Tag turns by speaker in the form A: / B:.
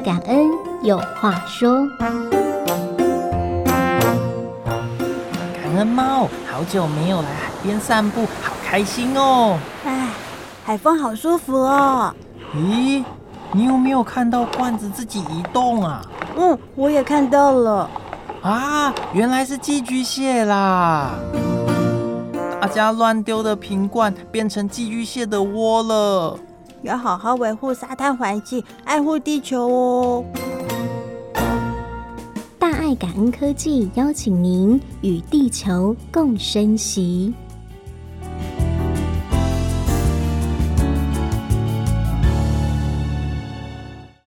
A: 感恩有话说。
B: 感恩猫，好久没有来海边散步，好开心哦！
C: 唉，海风好舒服哦。
B: 咦，你有没有看到罐子自己移动啊？
C: 嗯，我也看到了。
B: 啊，原来是寄居蟹啦！大家乱丢的瓶罐变成寄居蟹的窝了。
C: 要好好维护沙滩环境，爱护地球哦。
A: 大爱感恩科技邀请您与地球共生息。